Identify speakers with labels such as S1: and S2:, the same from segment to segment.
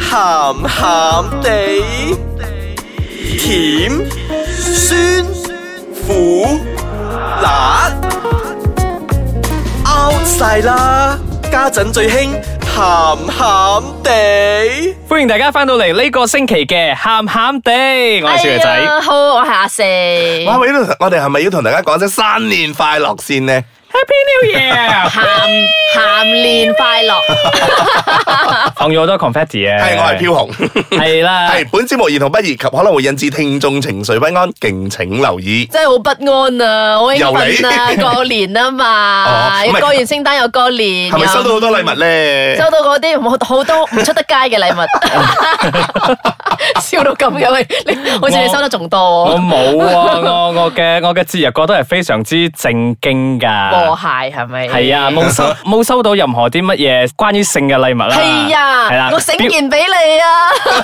S1: 鹹鹹地，甜酸苦辣 out 晒啦！家陣最興鹹鹹地。
S2: 歡迎大家翻到嚟呢個星期嘅鹹鹹哋，我係小爺
S3: 哎
S2: 仔。
S3: 呀好，我係阿四。
S4: 哇！我呢度我哋係咪要同大家講聲新年快樂先呢？
S2: Happy New Year！
S3: 鹹鹹年快樂，
S2: 放咗好多 confetti 啊！
S4: 係我係飄紅，
S3: 啊
S2: 係啦，
S4: 係本節目兒童不宜及可能會引致聽眾情緒不安，敬請留意。
S3: 真係好不安啊！好興奮啊！
S4: 又 嚟
S3: 過年啊嘛，
S4: 哦唔係
S3: 過完聖誕又過年，
S4: 係咪收到好多禮物
S3: 又
S4: 呢？
S3: 收到嗰啲好好多唔出得街嘅禮物， 笑到咁嘅喂，你好似你收得仲
S2: 我
S3: 多，
S2: 冇啊，我我嘅我嘅節日過得係非常之正經
S3: 和
S2: 噶，
S3: 諧係咪？
S2: 係啊，冇收冇收到任何啲乜嘢關於性嘅禮物啦，
S3: 係
S2: 係啦
S3: 啊，，我醒件俾你啊！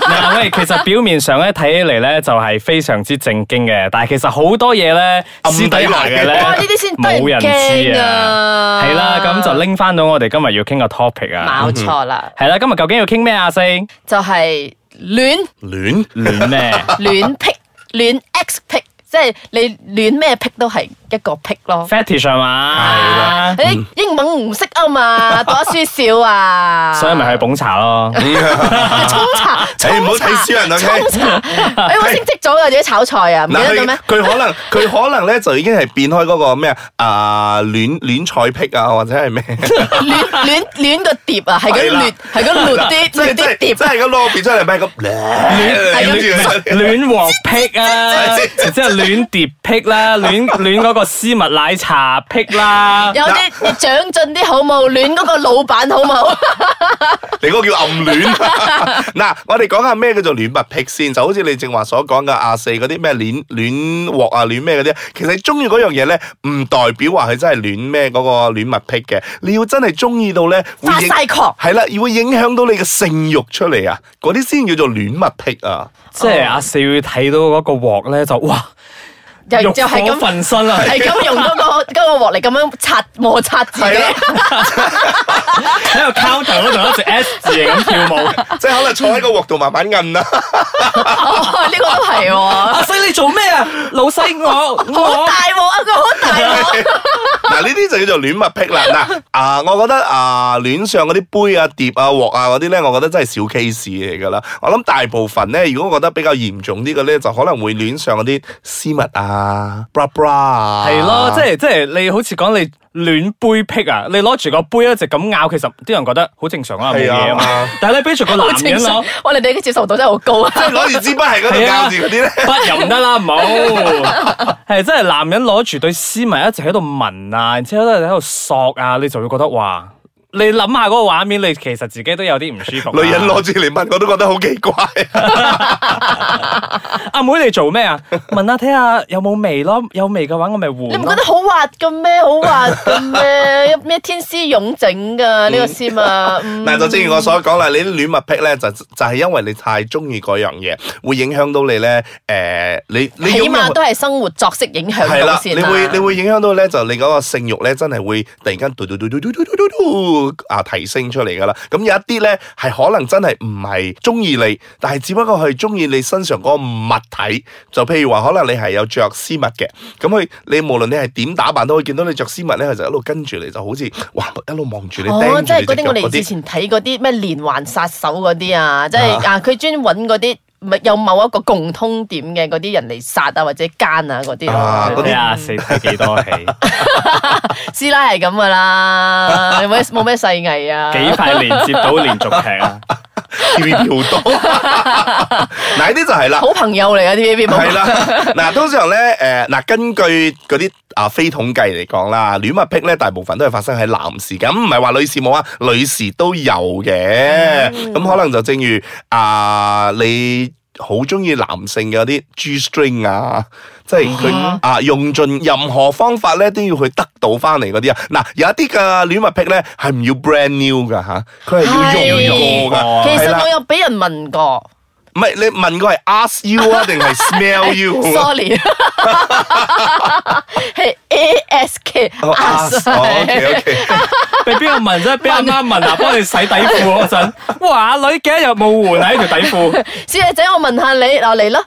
S2: 嗱喂，其實表面上咧睇起嚟咧就係非常之正經嘅，但係其實好多嘢咧
S4: 暗
S2: 私
S4: 底
S2: 底下嘅咧
S3: 哇，呢啲先得
S2: 冇人知
S3: 驚
S2: 啊。
S3: 啊！
S2: 係啦，咁就拎翻到我哋今日要傾嘅 topic 啊
S3: 冇。錯啦，
S2: 係啦，今日究竟要傾咩啊？四
S3: 就係戀。
S4: 戀
S2: 戀咩？
S3: 戀癖、戀 X 癖，即係你戀咩癖都係一個癖咯。
S2: fetish 係嘛？
S4: 嗯
S3: 你英文唔識啊嘛，讀得書少啊，
S2: 所以咪去捧茶咯。
S4: 啊
S3: 沖 茶，
S4: 誒哎唔
S3: 沖
S4: 好
S3: 茶
S4: 睇小人，OK？啊
S3: 沖 茶，哎我升職咗啊，自己炒菜啊，唔記
S4: 嗱，
S3: 得咗
S4: 佢
S3: 咩？
S4: 佢 可能佢可能咧就已經係變開嗰個咩啊啊戀戀菜癖啊，或 者係咩？
S3: 戀戀戀個碟啊，係
S4: 係
S3: 咁
S4: 啦
S3: 亂，係咁亂啲
S4: 即係
S3: 亂
S4: 即
S3: 啲
S4: 係
S3: 碟。
S4: 即
S3: 啊
S4: 係個攞變出嚟咩咁？
S2: 戀鑊
S3: 係
S4: 跟住
S2: 癖啊，然之後戀碟癖啦， 戀戀嗰個絲襪奶茶癖啦。
S3: 有啲你長進啲好冇，戀嗰個老闆好 冇，
S4: 你嗰個叫暗戀。 嗱，我哋講下咩叫做戀物癖先，就好似你正話所講嘅阿四嗰啲咩戀戀鑊啊、戀咩嗰啲，其實中意嗰樣嘢咧，唔代表話佢真係戀咩嗰個戀物癖嘅。你要真係中意到咧，會
S3: 發
S4: 影
S3: 晒狂。
S4: 係啦，會影響到你嘅性慾出嚟啊，嗰啲先叫做戀物癖啊。
S2: 即係阿四會睇到嗰個鑊咧，就哇
S3: 又
S2: 欲
S3: 又係
S2: 火
S3: 咁
S2: 焚身啊！
S3: 係咁用嗰個嗰個鑊嚟咁樣擦摩擦自
S4: 係
S3: 己
S4: 啦。
S2: 喺個 counter 嗰度一直 S 字形咁跳舞。
S4: 即係可能坐喺個鑊度慢慢摁啊啦，
S3: 哦，呢個都係 喎，
S2: 阿四你做咩啊？老細我
S3: 好大鑊啊！佢好大 鑊，
S4: 嗱呢啲就叫做戀物癖啦。 嗱啊，我覺得啊，戀上嗰啲杯啊、碟啊、鑊啊嗰啲咧，我覺得真係小 case 嚟㗎啦。我諗大部分咧，如果我覺得比較嚴重啲嘅咧，就可能會戀上嗰啲絲襪啊、bra bra 啊。
S2: 係咯，即係即係你好似講你戀杯癖啊，你攞住個杯一直咁咬，其實啲人覺得好正常啊，冇
S4: 係啊
S2: 嘢啊嘛。但係你俾住個
S3: 好
S2: 男
S3: 正
S2: 人
S3: 常
S2: 攞，。
S3: 我哋嘅接受度真係好高啊！
S4: 即係攞住支筆喺嗰度
S2: 係啊
S4: 教住嗰 啲咧。
S2: 筆又唔得啦，唔 好。係真係男人攞住對絲襪一直喺度聞啊，然之後咧喺度索啊，你就會覺得哇！你諗下嗰個畫面，你其實自己都有啲唔舒服啊。
S4: 女人攞住嚟問我都覺得好奇怪，
S2: 嗯阿妹你做咩啊？聞下睇下有冇味咯，有味嘅話我咪換咯。
S3: 你唔覺得好滑嘅咩？好滑嘅咩？ 咩天絲絨整噶呢個絲啊？嗯
S4: 嗱就正如我所講啦，你啲戀物癖咧就就係因為你太中意嗰樣嘢，會影響到你咧誒，你你
S3: 起
S4: 擁
S3: 碼
S4: 有
S3: 都係生活作息影響
S4: 係
S3: 到
S4: 啦，
S3: 先啊
S4: 你
S3: 啦。
S4: 會你會影響到咧，就你嗰個性慾咧，真係會突然間嘟嘟嘟嘟嘟嘟嘟嘟嘟啊提升出嚟噶啦。咁有一啲咧係可能真係唔係中意你，但係只不過係中意你身上嗰個物體。就譬如話，可能你係有着絲襪嘅，咁佢你無論你係點打扮都，可以見到你着絲襪咧，佢就一路跟住你，就好似哇一路望住你盯住
S3: 哦，
S4: 你
S3: 即係嗰啲我
S4: 隻腳嗰
S3: 哋以
S4: 啲。
S3: 前睇嗰啲咩連環殺手嗰啲啊，即係啊，佢專揾嗰啲咪有某一個共通點嘅嗰啲人嚟殺啊或者奸啊嗰啲
S4: 啊
S3: 咯
S4: 嗰。
S2: 睇
S4: 啲
S2: 下四睇幾多戲，
S3: 師奶係咁噶啦，有冇冇咩細藝啊？
S2: 幾快連接到連續劇 啊！
S4: TVB 好多，嗱呢啲就係 啦。
S3: 好朋友嚟啊 TVB 冇
S4: 係 啦，嗱，通常咧，誒、嗱，根據嗰啲啊非統計嚟講啦，戀物癖咧，大部分都係發生喺男士嘅，咁唔係話女士冇啊，女士都有嘅，咁、可能就正如啊、你好中意男性嘅嗰啲 G string 啊，即係佢啊用盡任何方法咧都要去得到翻嚟嗰啲啊，嗱、有一啲嘅戀物癖咧係唔要 brand new 噶吓，佢係要用過
S2: 係
S4: 噶，
S3: 其
S4: 係
S3: 實
S4: 啦
S3: 我有俾人問過，
S4: 唔係你問佢係 ask you 啊，定係 smell you？
S3: Sorry，係 A S K
S4: 哦
S2: 啊
S4: 啊
S3: us
S4: OK OK，
S2: 俾邊個問啫？俾阿媽問啊，幫你洗底褲嗰陣，哇！女幾多日冇換啊？呢條底 褲，
S3: 小姐仔，我問下你，嗱嚟啦。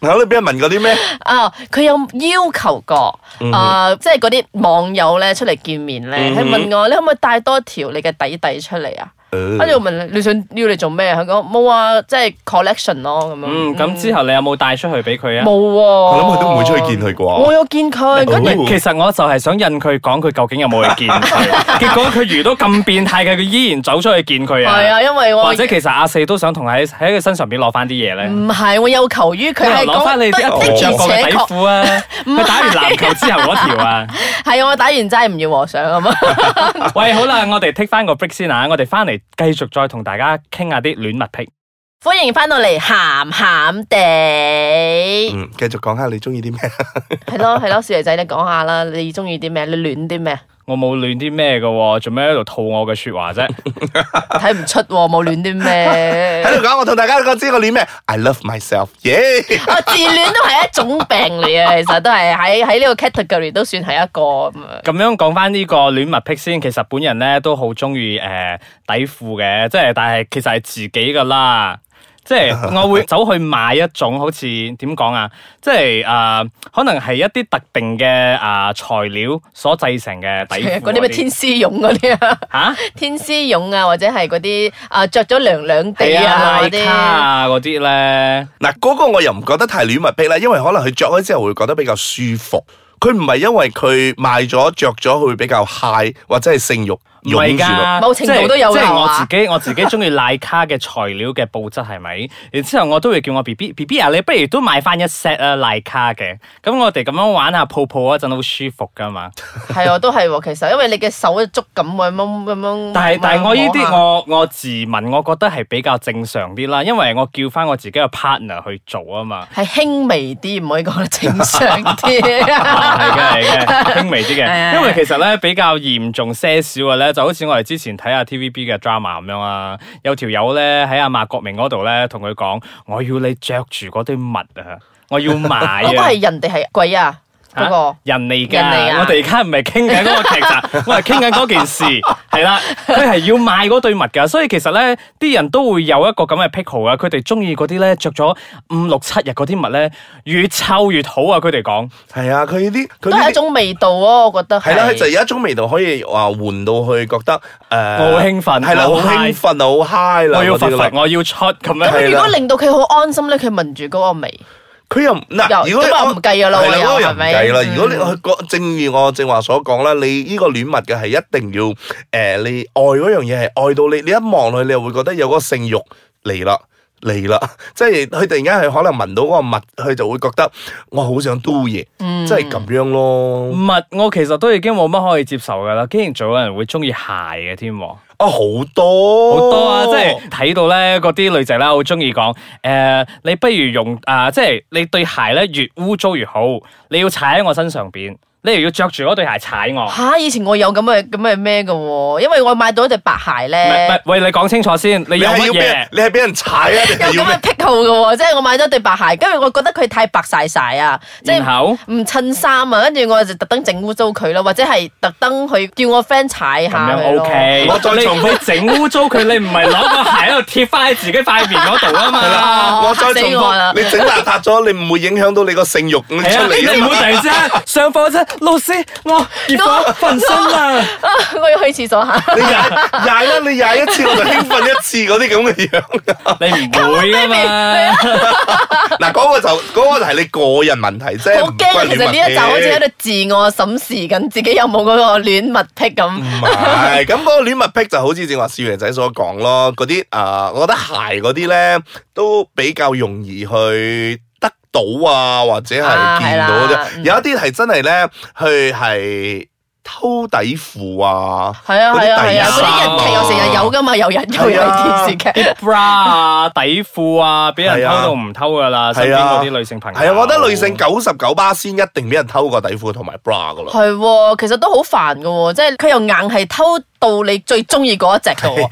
S4: 嗱你俾人問過啲咩？
S3: 啊，佢有要求過，啊，即係嗰啲網友咧出嚟見面咧，佢問我你可唔可以帶多條你嘅底底出嚟啊？
S4: 呃
S3: 跟住我問你想要嚟做咩？佢講冇啊，即係 collection 咯咁樣。
S2: 嗯，咁之後你有冇帶出去俾佢啊
S3: 冇？喎。
S4: 我
S3: 我
S4: 諗佢都唔會出去見。佢
S3: 我
S4: 啩。
S3: 有見佢，跟住
S4: 冇
S2: 其實我就係想引佢講佢究竟有冇去見佢， 結果佢遇到咁變態嘅，佢依然走出去見佢
S3: 係
S2: 啊！
S3: 啊，因為我
S2: 或者其實阿四都想同喺喺佢身上邊攞翻啲嘢咧，
S3: 唔係我有求於佢係
S2: 啊攞
S3: 講
S2: 翻你一
S3: 對的
S2: 條着過嘅
S3: 而且
S2: 底
S3: 確
S2: 褲啊，
S3: 唔係
S2: 佢打完籃球之後嗰條 啊。
S3: 係啊我打完齋唔要和尚 啊嘛。
S2: 喂，好啦，我哋 take 翻個 break 先啊，我哋翻嚟繼續再同大家傾下啲戀物癖。
S3: 歡迎翻到嚟，咸咸地
S4: 嗯，繼續講下你中意啲咩？
S3: 係咯係咯，小爺仔你講下啦，你中意啲咩？你戀啲咩？
S2: 我冇亂啲咩嘅喎，做咩喺度套我嘅説話 啫？
S3: 睇唔出喎，冇戀啲 咩？
S4: 喺度講，我同大家講知我戀咩？I love myself，耶！
S3: 啊，自戀都係一種病嚟啊嘅，其實都係喺喺呢個 category 都算係一個咁啊。
S2: 咁樣講翻呢個戀物癖先，其實本人咧都好中意誒底褲嘅，即係但係其實係自己噶啦。即 係我會走去買一種好似點講啊，即係啊、可能係一啲特定嘅啊、材料所製成嘅底褲
S3: 嗰啲咩天絲絨嗰啲 啊，
S2: 嚇
S3: 天絲絨啊，或者係嗰啲啊着咗涼涼地
S2: 係啊
S3: 啊嗰
S2: 拉卡
S3: 啲，
S2: 啊嗰啲咧。
S4: 嗱，嗰個我又唔覺得太戀物癖啦，因為可能佢着咗之後會覺得比較舒服。佢唔係因為佢賣咗着咗，佢會比較 high 或者係性慾
S2: 唔係
S4: 湧住咯。
S2: 㗎，
S3: 某程度都有啊
S2: 即係即
S3: 㗎
S2: 係我
S3: 係嘛
S2: 自己，我 自己中意奶卡嘅材料嘅布質係咪？然之後我都會叫我 B B B B 啊，你不如都買翻一 set 啊奶卡嘅。咁我哋咁樣玩下泡泡嗰陣好舒服㗎嘛。
S3: 係啊，都係喎。其實因為你嘅手嘅觸感咁樣咁樣，
S2: 但係但係我呢
S3: 摸
S2: 啲
S3: 下
S2: 我我自問，我覺得係比較正常啲啦，因為我叫翻我自己嘅 partner 去做啊嘛。
S3: 係輕微啲，唔可以講得正常啲。
S2: 係嘅，係啊嘅，輕微啲嘅。
S3: 係
S2: 因為其實咧比較嚴重些少嘅咧，就好似我哋之前睇下 TVB 嘅 drama 咁樣啊。有條友咧喺阿馬國明嗰度咧，同佢講：我要你着住嗰對襪啊， 我要買啊。
S3: 嗰個係人哋係鬼啊，嗰
S2: 啊
S3: 個
S2: 人嚟㗎，
S3: 人嚟㗎
S2: 我哋而家唔係傾緊嗰個劇 集，我係傾緊嗰件事，係啦，佢係要買嗰對襪㗎，所以其實咧，啲人都會有一個咁嘅癖好啊，佢哋中意嗰啲咧着咗五六七日嗰啲襪咧，越臭越好啊，佢哋講。
S4: 係啊，佢呢啲
S3: 都
S4: 佢呢
S3: 係一
S4: 啲
S3: 種味道咯，我覺得
S4: 係啦，佢就有一種味道可以話換到去覺得誒，呃
S2: 我好興奮
S4: 係啦，好
S2: 我好
S4: 興
S2: high
S4: 奮，好 high 啦，
S2: 我要
S4: 嗰啲
S2: 罰
S4: 啦
S2: 罰，我要出咁樣。
S4: 係
S3: 咁
S4: 啦
S3: 如果令到佢好安心咧，佢聞住嗰個味，
S4: 佢又唔嗱，
S3: 又
S4: 如果
S3: 咁又唔計㗎啦
S4: 係
S3: 喎
S4: 啦，
S3: 又
S4: 嗰個又唔計啦。
S3: 係咪
S4: 如果你去講正如我正話所講啦，你呢個戀物嘅係一定要誒、呃你愛嗰樣嘢係愛到你，你一望落去，你又會覺得有嗰個性慾嚟啦。嚟啦， 即係佢突然間係可能聞到嗰個物，佢就會覺得我好想 do 嘢，即係咁樣咯。
S2: 唔係，我其實都已經冇乜可以接受噶啦，竟然仲有人會中意鞋嘅添喎，好
S4: 啊，好多
S2: 多啊！即係睇到咧，嗰啲女仔啦，好中意講誒，你不如用啊、即係你對鞋咧越污糟越好，你要踩喺我身上邊，你又要着住嗰對鞋踩我。唔
S3: 吓，以前我有咁嘅咁嘅咩嘅喎，因為我買到一對白鞋
S2: 係唔係
S3: 咧，
S2: 喂，你講清楚先，你
S4: 你
S2: 有
S4: 係
S2: 乜
S4: 要俾人
S2: 嘢？
S4: 你係俾人踩啊，定
S3: 有
S4: 係
S3: 咁
S4: 要咩
S3: 嘅？癖好嘅喎，即係我買咗對白鞋，跟住我覺得佢太白晒晒啊，即
S2: 然
S3: 係
S2: 後
S3: 唔襯衫啊，跟住我就特登整污糟佢咯，或者係特登去叫我 friend 踩
S2: 咁
S3: 下
S2: 樣
S3: 佢咯。
S2: OK，
S4: 我再重
S2: 你你整污糟佢，你唔係攞個鞋喺度貼翻喺自己塊面嗰度啊嘛。
S3: 哦
S4: 我再重
S3: 嚇死我啦
S4: 複，你整邋遢咗，你唔會影響到你個性慾咁
S2: 係
S4: 出嚟
S2: 啊，
S4: 啊
S2: 你唔
S4: 嘛
S2: 好突然之間上課啫，老師，我結婚分身啦，
S3: 啊 我要去廁所 下。
S4: 你踩踩啦，你踩一次我就興奮一次嗰啲咁嘅樣。
S2: 你唔會噶嘛？
S4: 嗱，嗰個就嗰個係你個人問題啫，
S3: 好
S4: 唔關
S3: 驚，啊其實呢一集好似喺
S4: 戀物癖
S3: 度自我審視緊自己有冇嗰個戀物癖咁。
S4: 唔係，咁嗰個戀物癖就好似正話少爺仔所講咯，嗰啲啊，我覺得鞋嗰啲咧都比較容易去得到啊，或者係
S3: 啊係
S4: 見
S3: 啦
S4: 到啫。
S3: 嗯
S4: 有一啲係真係咧，去係偷底褲啊，
S3: 係啊係啊係啊，嗰
S4: 嗰啲
S3: 啲日
S4: 第一
S3: 劇又成日有噶嘛，又日又有
S4: 係啊
S3: 電視劇。
S2: 啲 bra 啊、底褲啊，俾人
S4: 係
S2: 偷
S4: 啊
S2: 到唔偷噶啦，身
S4: 係
S2: 邊
S4: 啊
S2: 嗰啲女性朋友。
S4: 係啊，我覺得女性九十九巴先一定俾人偷過底褲同埋 bra 噶啦。
S3: 係喎，其實都好 煩噶喎，即係佢又硬係偷到你最中意嗰一隻噶喎，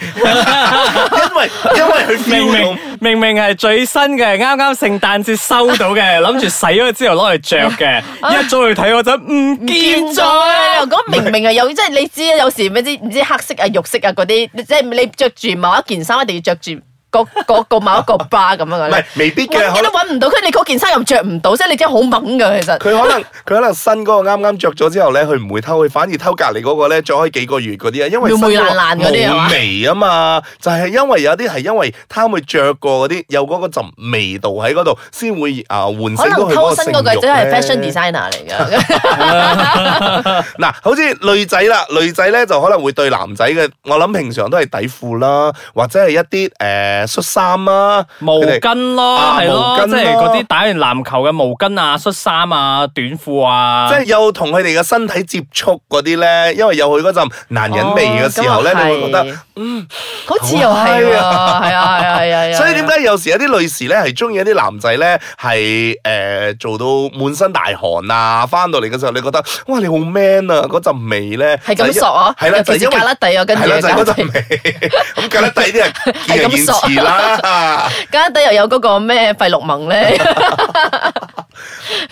S4: 因為因為佢
S2: 明
S4: feel
S2: 明
S4: 到。
S2: 明明係最新嘅，啱啱聖誕節收到嘅，諗住洗咗之後攞嚟着嘅，一早去睇嗰陣唔見咗啊。
S3: 又講明明係有，即係你知啊，有時咩知唔知黑色啊、肉色啊嗰啲，即係你着住某一件衫，一定要着住嗰 嗰個某一個 bra 咁樣嘅咧
S4: 唔係。未必嘅
S3: 揾
S4: 可
S3: 你
S4: 能
S3: 都揾唔到，佢你嗰件衫又着唔到，即係你真係好猛㗎，其實。
S4: 佢 可能佢可能新嗰個啱啱着咗之後咧，佢唔會偷，佢反而偷隔離嗰個咧着開幾個月嗰啲啊，因為
S3: 妹妹
S4: 新嗰個
S3: 爛爛嗰啲係嘛
S4: 冇味啊嘛，就係、因為有啲係因為貪佢着過嗰啲有嗰個陣味道喺嗰度，先會啊喚醒
S3: 可
S4: 到
S3: 能
S4: 佢
S3: 偷
S4: 個
S3: 身
S4: 性
S3: 嗰個
S4: 慾
S3: 真係
S4: 咧
S3: fashion designer 嚟㗎，
S4: 嗱，好似女仔啦，女仔咧就可能會對男仔嘅，我諗平常都係底褲啦，或者係一啲誒恤衫啦，
S2: 毛
S4: 佢哋
S2: 巾咯，
S4: 啊
S2: 係咯
S4: 毛，巾
S2: 即係嗰啲
S4: 咯
S2: 打完籃球嘅毛巾啊、恤衫啊、短褲啊，
S4: 即係有同佢哋嘅身體接觸嗰啲咧，因為有佢嗰陣男人味嘅時候咧，
S3: 哦咁
S4: 你
S3: 又
S4: 會覺得
S3: 係，好似又係喎，係啊係啊係啊係啊。
S4: 所以點解有時有啲女士咧係中意一啲男仔咧係誒做到滿身大汗啊，翻到嚟嘅時候你覺得哇你好 man 啊，嗰陣味咧
S3: 係咁索啊？
S4: 係啦，
S3: 尤
S4: 就
S3: 其是
S4: 係因
S3: 格
S4: 為
S3: 甩底啊，跟住
S4: 係啦，就係
S3: 格
S4: 嗰
S3: 拉底
S4: 陣味，咁格得底啲人見仁
S3: 係
S4: 見
S3: 咁索
S4: 智啦。
S3: 格拉底又有嗰個咩費洛蒙咧，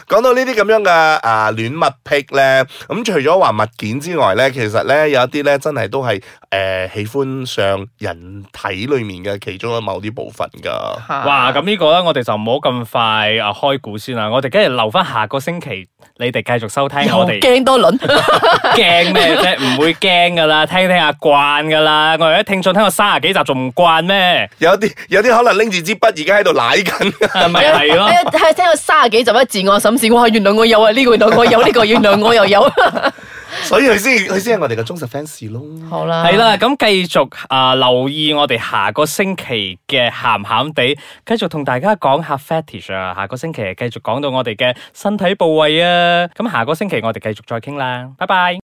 S4: 講到呢啲咁樣嘅啊戀物癖咧，咁除咗話物件之外咧，其實咧有一啲咧真係都係誒、呃喜歡上人體裡面嘅其中嘅某啲部分 噶。
S2: 哇！咁呢個咧，我哋就唔好咁快啊開估先啦，我哋梗係留翻下個星期，你哋繼續收聽
S3: 又
S2: 我哋。
S3: 驚多輪。
S2: 驚咩啫？唔會驚噶啦，聽聽下慣噶啦。我哋啲聽眾聽過三十幾集仲唔慣咩？
S4: 有啲有啲可能拎住支筆而家喺度舐緊，
S2: 係咪係 咯？
S3: 係啊係聽到卅幾集一自我審視，哇！原來我有啊，呢個原來我有，呢個原來我 又有。
S4: 所以佢先佢先係我哋嘅忠實 fans 咯。
S3: 好啦，
S2: 係啦，咁繼續啊、留意我哋下個星期嘅鹹鹹地，繼續同大家講下 fetish 啊。下個星期繼續講到我哋嘅身體部位啊。咁下個星期我哋繼續再傾啦，拜拜。